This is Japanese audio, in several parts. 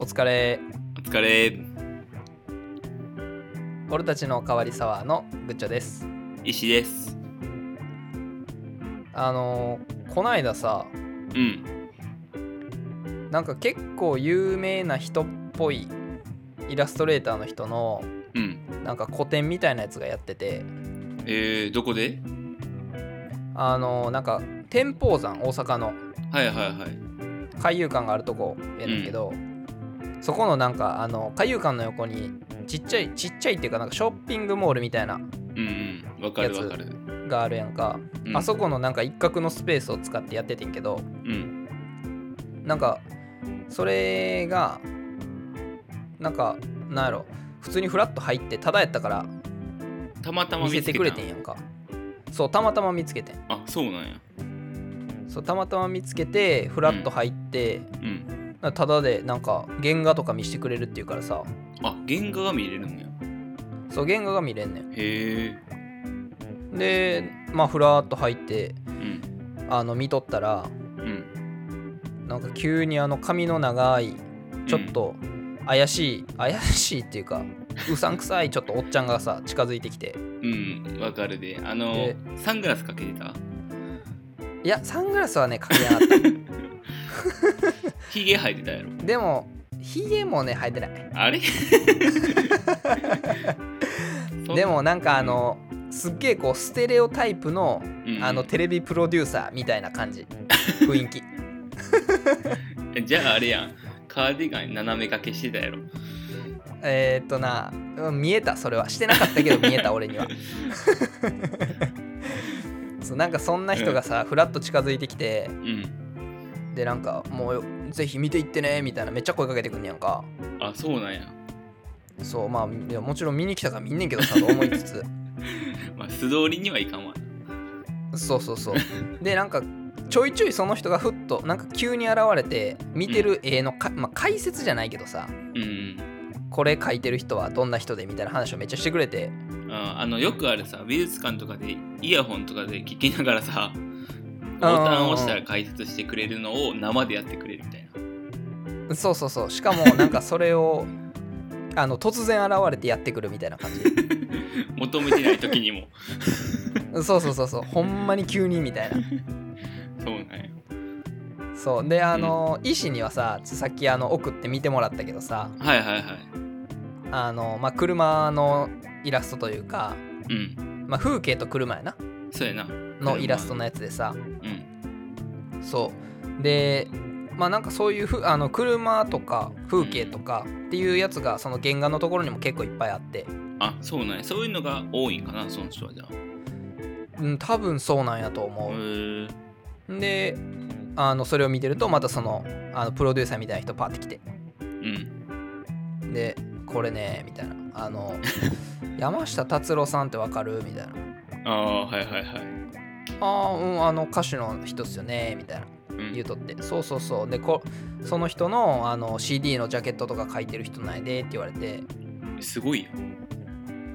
疲れお疲れ俺たちの代わりサワーのぐっちょです石ですあのーこないださうんなんか結構有名な人っぽいイラストレーターの人のうんなんか個展みたいなやつがやっててえー、どこであのーなんか天保山大阪のはいはいはい海遊館があるとこやねんけど、そこのなんかあの海遊館の横にちっちゃいちっちゃいっていうかなんかショッピングモールみたいなうんうんわかるわかる、があるやんか、うん、あそこのなんか一角のスペースを使ってやっててんけどうんなんかそれがなんかなんやろ普通にフラッと入ってただやったからたまたま見せ見つてけくたれてんやんかそうたまたま見つけてんあそうなんやそうたまたま見つけてフラッと入って、うんなんかただでなんか原画とか見せてくれるっていうからさあ原画が見れるんやそう原画が見れんねんへえでまあフラッと入ってうんあの見とったらうんなんか急にあの髪の長いちょっと怪しい、怪しいっていうかうさんくさいちょっとおっちゃんがさ近づいてきてうんわかるであのでサングラスかけてたいやサングラスはねかけなか っヒゲ生えてたやろたでもヒゲもね生えてないあれ でもなんかあのすっげえこうステレオタイプのそんうんあのテレビプロデューサーみたいな感 じ雰囲気じゃああれやんカーディガン斜め掛けしてたやろえーっとなうん見えたそれはしてなかったけど見えた俺には そうなんかそんな人がさふらっと近づいてきてうんでなんかもうぜひ見ていってねみたいなめっちゃ声かけてくんねやんかあそうなんやそうまあいやもちろん見に来たから見んねんけどさと思いつつまあ素通りにはいかんわそうそうそうでなんかちょいちょいその人がふっとなんか急に現れて見てる絵のか、まあ、解説じゃないけどさうんこれ描いてる人はどんな人でみたいな話をめっちゃしてくれてああのよくあるさ美術館とかでイヤホンとかで聞きながらさボタンを押したら解説してくれるのを生でやってくれるみたいな そうそうそうしかもなんかそれを あの突然現れてやってくるみたいな感じ求めてない時にも そうそうそうそうほんまに急にみたいなそうなんやそうであの、医師にはささっきあの送って見てもらったけどさはいはいはいあの、まあ、車のイラストというか、うんまあ、風景と車やなそうやなのイラストねのやつでさうんそうでまあなんかそういうふあの車とか風景とかっていうやつがその原画のところにも結構いっぱいあって、あそうなんやそういうのが多いんかなその人はじゃあうん、多分そうなんやと思うへ。ーであのそれを見てるとまたそのあのプロデューサーみたいな人パーって来てうんでこれねみたいなあの山下達郎さんってわかるみたいなああはいはいはいあーうんあの歌手の人っすよねみたいなうん言うとってそうそうそうでこその人のあの CD のジャケットとか書いてる人ないでって言われてすごいよ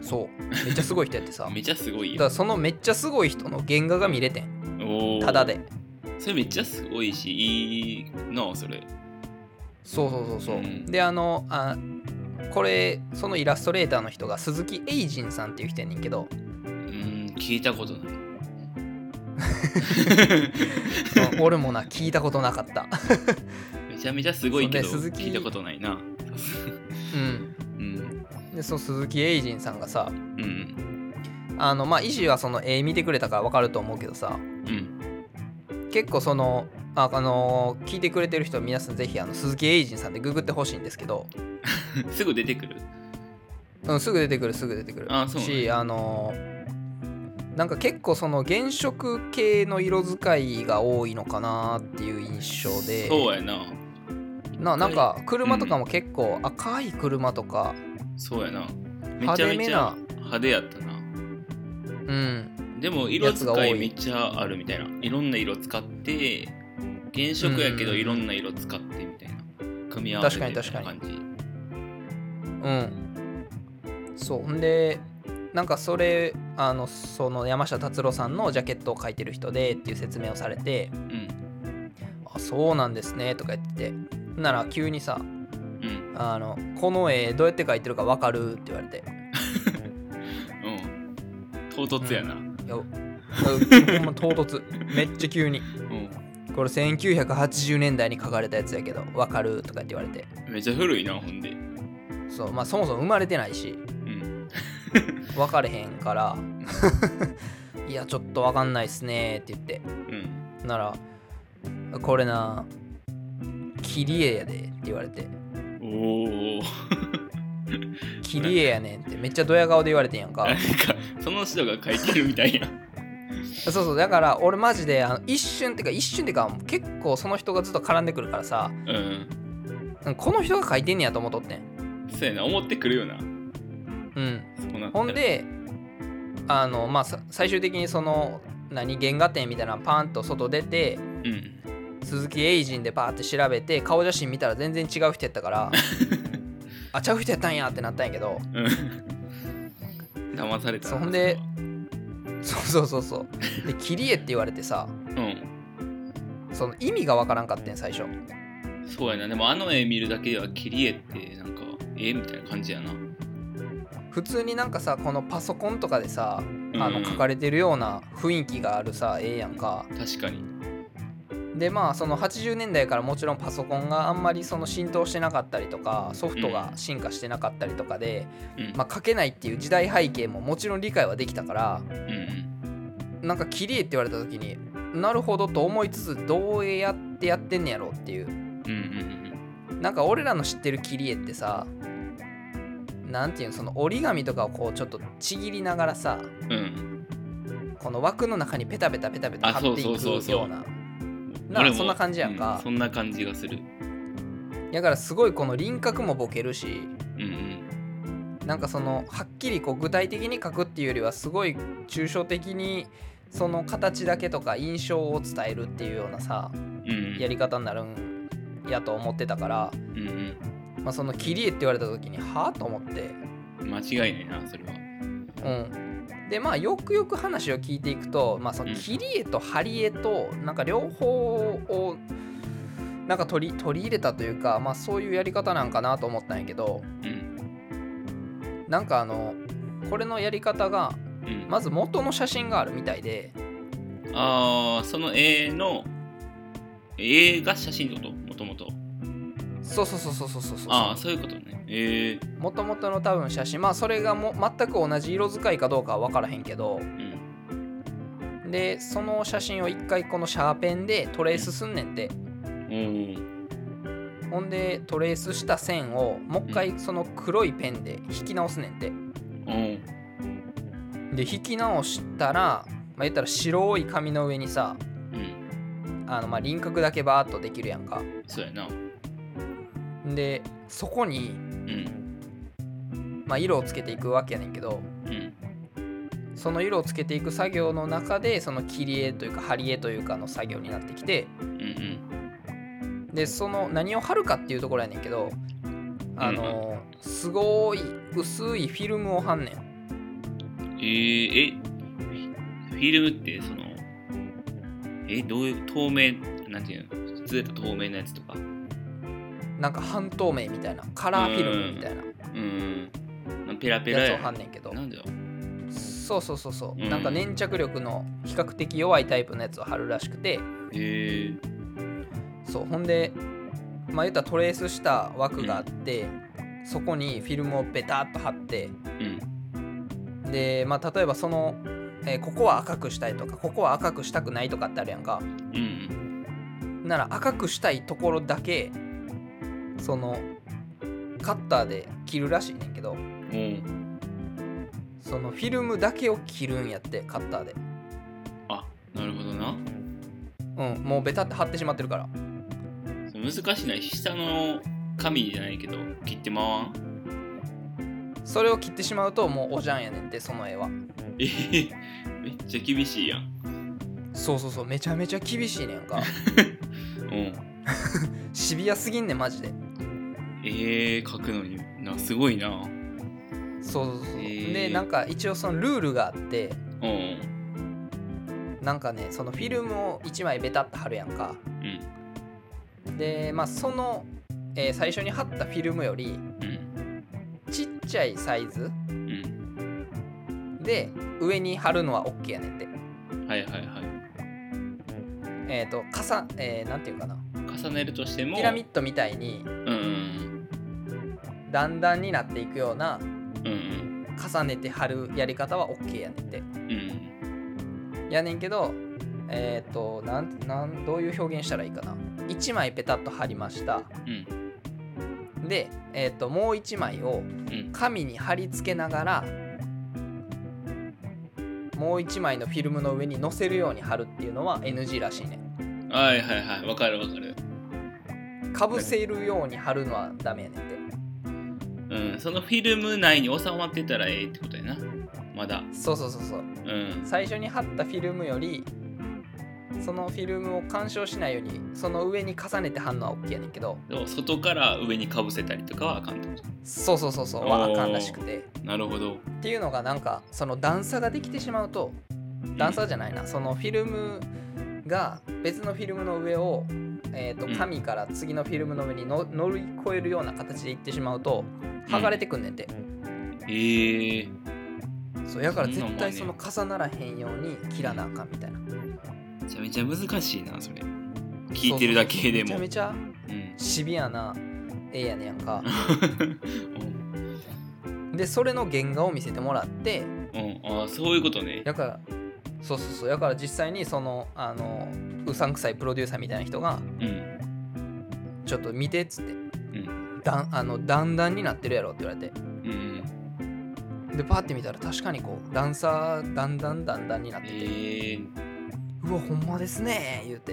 そうめっちゃすごい人やって さだめちゃすごいからよそのめっちゃすごい人の原画が見れてんおーただでそれめっちゃすごいしいいなあそれそうそうそうそう、うんであのあこれそのイラストレーターの人が鈴木エイジンさんっていう人やねんけ どうん聞いたこと ないうん俺もな聞いたことなかった、めちゃめちゃすごいけどそうね鈴木聞いたことないなうん、うんでその鈴木エイジンさんがさうんあのまあ医師はその絵見てくれたから分かると思うけどさうん結構そのあ、あのー聞いてくれてる人は皆さんぜひあの鈴木エイジンさんでググってほしいんですけど、すぐ出てくるうん、すぐ出てくるすぐ出てくるあそうなんやしあのーなんか結構その原色系の色使いが多いのかなっていう印象でそうやなななんか車とかも結構赤い車とか、そうやなめ派ちゃ手めめちゃな派手やったなうん、でも色やつが多使いいめっちゃあるみたいないろんな色使って原色やけどうんいろんな色使ってみたいな組み合わせてみたいな確か感にじうん、そうんでなんかそれあのその山下達郎さんのジャケットを描いてる人でっていう説明をされてうん「あそうなんですね」とか言っててなら急にさうんあのこの絵どうやって描いてるか分かるって言われてうん唐突やな、うんいやうんほんま唐突めっちゃ急にこれ1980年代に描かれたやつやけど分かるとかって言われてめっちゃ古いなほんでそうまあそもそも生まれてないしうん分かれへんから いやちょっと分かんないっすねって言ってうんならこれな切り絵やでって言われておお切り絵やねんってめっちゃドヤ顔で言われてんやんかなんかその人が書いてるみたいやそうそうだから俺マジであの一瞬ってか一瞬ってか結構その人がずっと絡んでくるからさうんうんこの人が書いてんねやと思っとってんそうやな思ってくるよなうんそうなったらほんであのまあさ最終的にその何原画展みたいなのパンと外出てうん鈴木エイジンでパーって調べて顔写真見たら全然違う人やったから あちゃう人やったんやってなったんやけどうん 騙されたなそうほんでそうそうそうそうで切り絵って言われてさそれはうんその意味がわからんかってん最初そうやなでもあの絵見るだけでは切り絵ってなんか絵みたいな感じやな普通になんかさこのパソコンとかでさあうのん書かれてるような雰囲気があるさ絵やんか確かにでまあその80年代からもちろんパソコンがあんまりその浸透してなかったりとかソフトが進化してなかったりとかで、うん、まあ、書けないっていう時代背景ももちろん理解はできたからうんうんなんか切り絵って言われた時になるほどと思いつつどうやってやってんねやろっていううんうんなんか俺らの知ってる切り絵ってさなんていうのその折り紙とかをこうちょっとちぎりながらさうんうんこの枠の中にペタペタペタペタあ貼っていくそうそうそうそうようなうんな俺もそんな感じやんかうそんな感じがするだからすごいこの輪郭もボケるしうんなんかそのはっきりこう具体的に書くっていうよりはすごい抽象的にその形だけとか印象を伝えるっていうようなさうんうんやり方になるんやと思ってたから、うんまあ、その切り絵って言われた時にはあと思ってうん間違いないなそれはうんでまあよくよく話を聞いていくと、まあ、そのうん切り絵と貼り絵となんか両方をなんか取り取り入れたというか、まあ、そういうやり方なんかなと思ったんやけどうんなんかあのこれのやり方がうん、まず元の写真があるみたいであーその絵の絵が写真ってこともともとそうそうそうそうそうそうそうああそういうことねえー、もともとの多分写真まあそれがも全く同じ色使いかどうかは分からへんけどうんでその写真を一回このシャーペンでトレースすんねんておーほんでトレースした線をもう一回その黒いペンで引き直すねんておーで引き直したらまあ言ったら白い紙の上にさうんあのまあ輪郭だけバーっとできるやんかそうやなでそこにうんまあ色をつけていくわけやねんけどうんその色をつけていく作業の中でその切り絵というか貼り絵というかの作業になってきてうんうんでその何を貼るかっていうところやねんけどあのすごい薄いフィルムを貼んねんえー、えフィルムってそのえどういう透明なんていうの普通やったら透明なやつとかなんか半透明みたいなカラーフィルムみたいなうんペラペラやつやを貼んねんけどなんだよそうそうそうそううんなんか粘着力の比較的弱いタイプのやつを貼るらしくてへえそうほんでまあ言ったらトレースした枠があってそこにフィルムをベタッと貼ってうんで、まあ、例えばその、えーここは赤くしたいとかここは赤くしたくないとかってあるやんかうんなら赤くしたいところだけそのカッターで切るらしいねんけどおーそのフィルムだけを切るんやってカッターであなるほどなうんもうベタって貼ってしまってるからそう難しいな下の紙じゃないけど切ってまわんそれを切ってしまうともうおじゃんやねんってその絵はえー、めっちゃ厳しいやんそうそうそうめちゃめちゃ厳しいねん かうんシビアすぎんねんマジでえー、書くのになすごいなそうそうそう、へーでなんか一応そのルールがあってうんうんなんかねそのフィルムを1枚ベタって貼るやんかうんでまあそのえー最初に貼ったフィルムよりうんちっちゃいサイズうんで上に貼るのは OK やねんてはいはいはいえっ、と重、えーなんていうかな重ねるとしてもピラミッドみたいにうんうん段々になっていくようなうん重ねて貼るやり方は OK やねんてうんうんやねんけどえっ、となんなんどういう表現したらいいかな1枚ペタッと貼りましたうんで、えー、ともう1枚をうん紙に貼り付けながらもう1枚のフィルムの上に載せるように貼るっていうのは NG らしいねはいはいはいわかるわかるかぶせるように貼るのはダメやねんてうんそのフィルム内に収まってたらええってことやなまだそうそうそうそううん最初に貼ったフィルムよりそのフィルムを干渉しないようにその上に重ねて貼るのは OK やねんけどでも外から上にかぶせたりとかはあかんってことそうそうそうそうはあかんらしくてなるほどっていうのがなんかその段差ができてしまうと段差じゃないなそのフィルムが別のフィルムの上を、えー、とうん紙から次のフィルムの上にの乗り越えるような形でいってしまうと剥がれてくんねんて、ええそうやから絶そんなんもん対ねその重ならへんように切らなあかんみたいなめちゃめちゃ難しいなそれ聞いてるだけでもめちゃめちうゃんシビアな絵やねやんかうんでそれの原画を見せてもらってうん ああそういうことねやからそうそうそうやから実際にそのあのうさんくさいプロデューサーみたいな人がうん「ちょっと見て」っつってうん「だんあの段々になってるやろ」って言われてうんでパーって見たら確かにこう段差だんだんだんだんになっててええ「うわほんまですね」言うて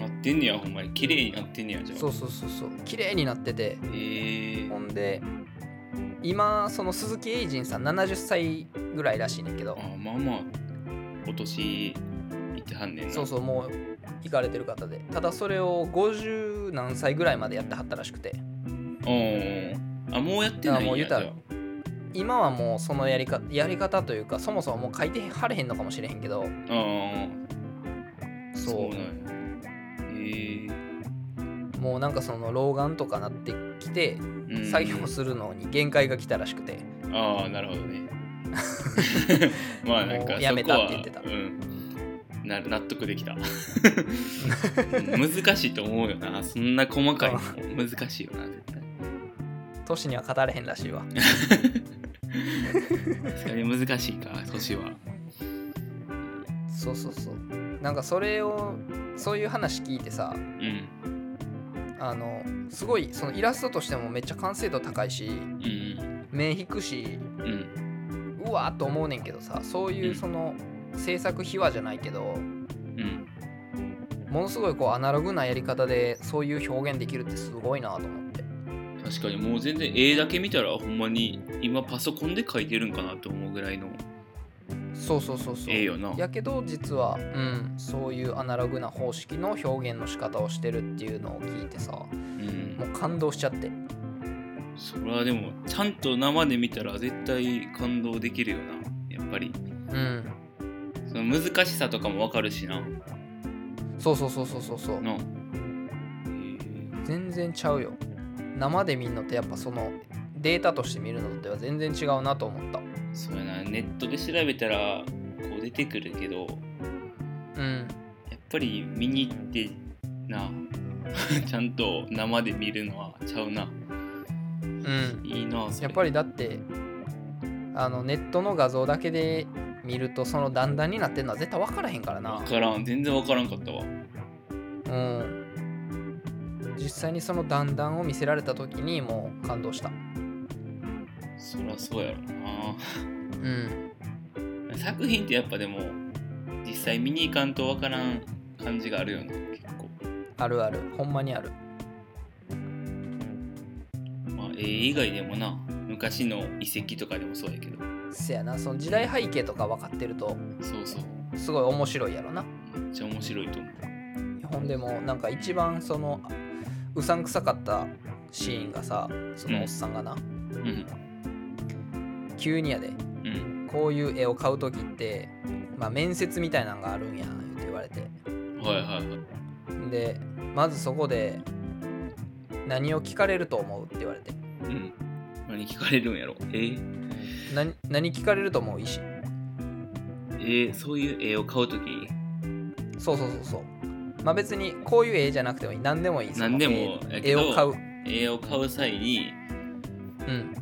なってんねやほんまに綺麗になってんねやじゃあそうそうそうそう綺麗になっててええほんで今その鈴木エイジンさん70歳ぐらいらしいねんけどあまあまあ今年行ってはんねんなそうそうもう行かれてる方でただそれを50何歳ぐらいまでやってはったらしくてうんあもうやってないあんやもう言うたらじゃ今はもうそのやりかやり方というかそもそももう書いてはれへんのかもしれへんけどああーそうなんやえもうなんかその老眼とかなってきてえうん作業するのに限界が来たらしくて、ああなるほど ねまあなんもかうやめたそこはって言ってたうん、な納得できた 難しいと思うよなそんな細かいの難しいよな絶対年には語れへんらしいわ確かに難しいか年はそうそうそうなんかそれをそういう話聞いてさうんあのすごいそのイラストとしてもめっちゃ完成度高いしうん目引くしうんうわーっと思うねんけどさそういううんその制作秘話じゃないけどうんものすごいこうアナログなやり方でそういう表現できるってすごいなと思って確かにもう全然絵だけ見たらほんまに今パソコンで描いてるんかなと思うぐらいのそうそうそうそう絵よなやけど実は、うん、そういうアナログな方式の表現の仕方をしてるっていうのを聞いてさもうんう感動しちゃってそれはでもちゃんと生で見たら絶対感動できるよなやっぱりうんその難しさとかもわかるしなそうそうそうそうそうそうなへ全然ちゃうよ生で見るのってやっぱそのデータとして見るのとは全然違うなと思ったえそうやなネットで調べたらこう出てくるけどうんやっぱり見に行ってな ちゃんと生で見るのはちゃうなうんいいなそれやっぱりだってあのネットの画像だけで見るとその段々になってるのは絶対分からへんからな分からん全然分からんかったわうん実際にその段々を見せられた時にもう感動したそりゃそうやろな うん作品ってやっぱでも実際見に行かんとわからん感じがあるよね結構あるあるほんまにあるまあ絵以外でもな昔の遺跡とかでもそうやけどせやなその時代背景とか分かってるとそうそうすごい面白いやろなめっちゃ面白いと思ほんでもなんか一番そのうさんくさかったシーンがさそのおっさんがな、ううん急にやでうんこういう絵を買う時って、まあ、面接みたいなんがあるんや言って言われてはいはいはいでまずそこで何を聞かれると思うって言われてうん。何聞かれるんやろえー、何何聞かれると思う石えーそういう絵を買うとき、そうそうそうそうまあ別にこういう絵じゃなくてもいい何でもいいその何でもや絵けど絵を買う絵を買う際に、うん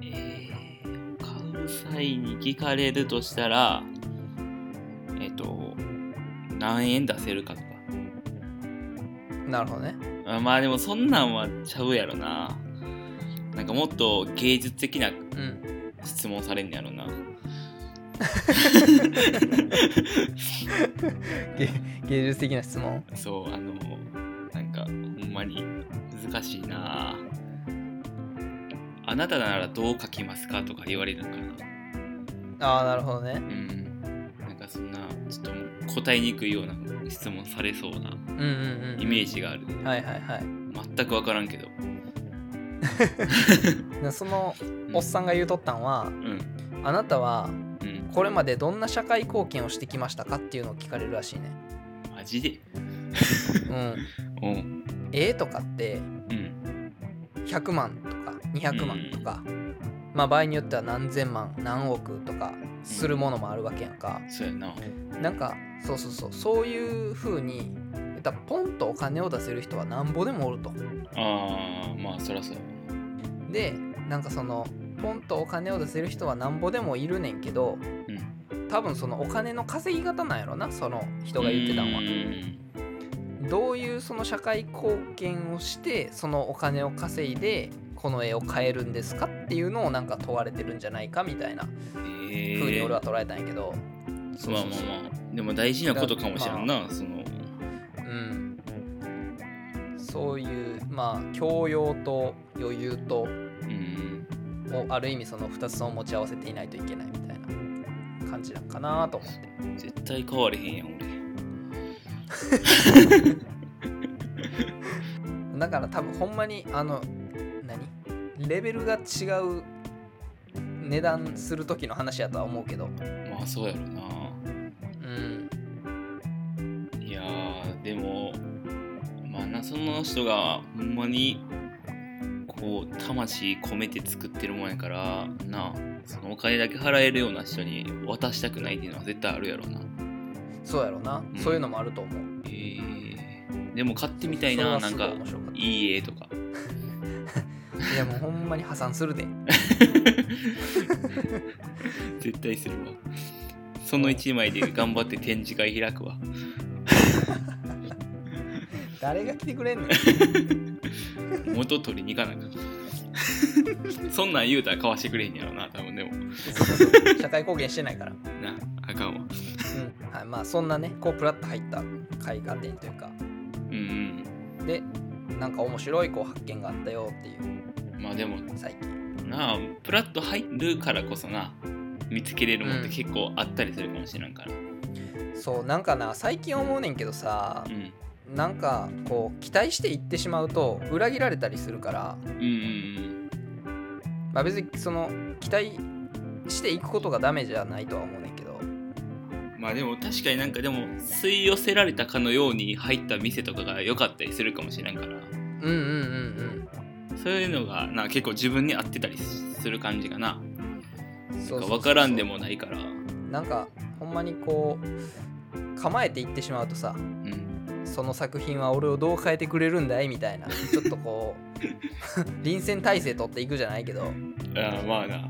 えー、買う際に聞かれるとしたら、えっ、と、何円出せるかとか。なるほどねあまあでもそんなんはちゃうやろな。なんかもっと芸術的なうん質問されんねやろな。芸 芸術的な質問そう、あの、なんかほんまに難しいな。あなたならどう書きますかとか言われるのかな。ああなるほどねうん。なんかそんな、ちょっともう答えにくいような質問されそうなうんうんうんイメージがある。はいはいはい全く分からんけど。でそのおっさんが言うとったんはうん。あなたはうん。これまでどんな社会貢献をしてきましたかっていうのを聞かれるらしいねマジでうんうん。絵とかってうん。 100万とか200万とか、まあ場合によっては何千万何億とかするものもあるわけやんか、そうやな。なんかそうそうそうそういう風に言ったらポンとお金を出せる人はなんぼでもおるとあー、まあそらそうや。でなんかそのポンとお金を出せる人はなんぼでもいるねんけど、多分そのお金の稼ぎ方なんやろなその人が言ってたのはうーんどういうその社会貢献をしてそのお金を稼いでこの絵を買えるんですかっていうのをなんか問われてるんじゃないかみたいなえー風に俺は捉えたんやけど、そうまあそうまそうあまあでも大事なことかもしれんな、そのうんそういうまあ教養と余裕とうんをある意味その2つを持ち合わせていないといけないみたいな感じなんかなと思って絶対変われへんやん俺だから多分ほんまにあの何レベルが違う値段する時の話やとは思うけどまあそうやろなうんいやーでもまあなその人がほんまにこう魂込めて作ってるもんやからなそのお金だけ払えるような人に渡したくないっていうのは絶対あるやろなそうやろな、んそういうのもあると思うえー、でも買ってみたいそれなはなすんごいか面白かっいい絵とかたいやもうほんまに破産するで絶対するわその1枚で頑張って展示会開くわ誰が来てくれんの 元取りに行かなあかんそんなん言うたら買わしてくれへんやろな多分でも社会貢献してないからなあかんわうんはい、まあそんなねこうプラッと入った絵画展というかうんでなんか面白いこう発見があったよっていううんまあでも最近なあプラッと入るからこそな見つけれるもんって結構あったりするかもしれんからそうなんかな最近思うねんけどさうんなんかこう期待して行ってしまうと裏切られたりするから、うんうんまあ、別にその期待していくことがダメじゃないとは思うねんけどうんまあでも確かになんかでも吸い寄せられたかのように入った店とかが良かったりするかもしれんからうんうんうんそういうのがな結構自分に合ってたりする感じがなうんそうんそなかうそう分からんでもないからなんかほんまにこう構えていってしまうとさうんその作品は俺をどう変えてくれるんだいみたいなちょっとこ う臨戦態勢取っていくじゃないけどああまあな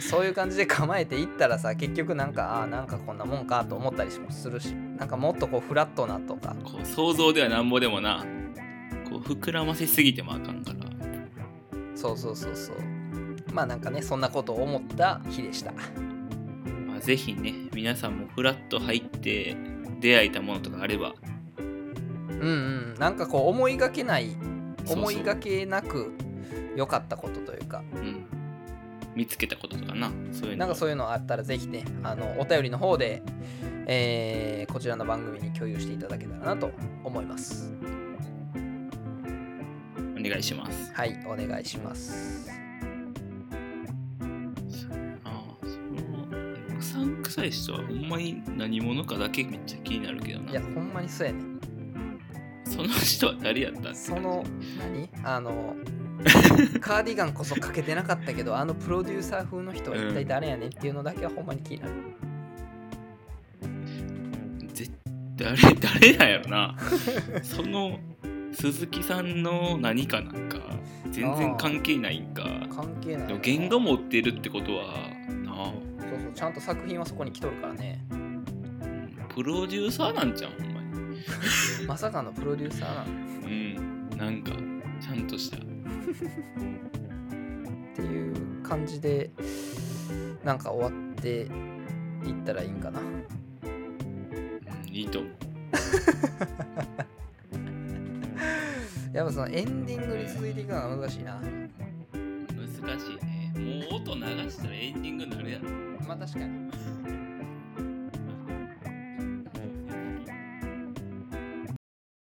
そういう感じで構えていったらさ結局なんかああーなんかこんなもんかと思ったりもするしなんかもっとこうフラットなとかこう想像ではなんぼでもなこう膨らませすぎてもあかんからそうそうそうそうまあなんかねそんなことを思った日でしたまあぜひね皆さんもフラッと入って出会えたものとかあればうんうんなんかこう思いがけないそうそう思いがけなく良かったことというかうん、見つけたこととかなそういうなのんかそういうのあったらぜひねあのお便りの方で、えーこちらの番組に共有していただけたらなと思いますお願いしますはいお願いしますああそううさんくさい人はほんまに何者かだけめっちゃ気になるけどないやほんまにそうやねそその人は誰やったんその何あ のカーディガンこそかけてなかったけどあのプロデューサー風の人は一体誰やねんっていうのだけはほんまに気になる、絶 誰誰なんやろなその鈴木さんの何かなんか全然関係ないんか関係ないよでもな言語持ってるってことはなあそうそうちゃんと作品はそこに来とるからねうんプロデューサーなんじゃんほんまにまさかのプロデューサーなんだうんなんかちゃんとしたっていう感じでなんか終わっていったらいいんかなうんいいと思うやっぱそのエンディングに続いていくのは難しいな難しいねもう音流したらエンディングになるやろまあ確かに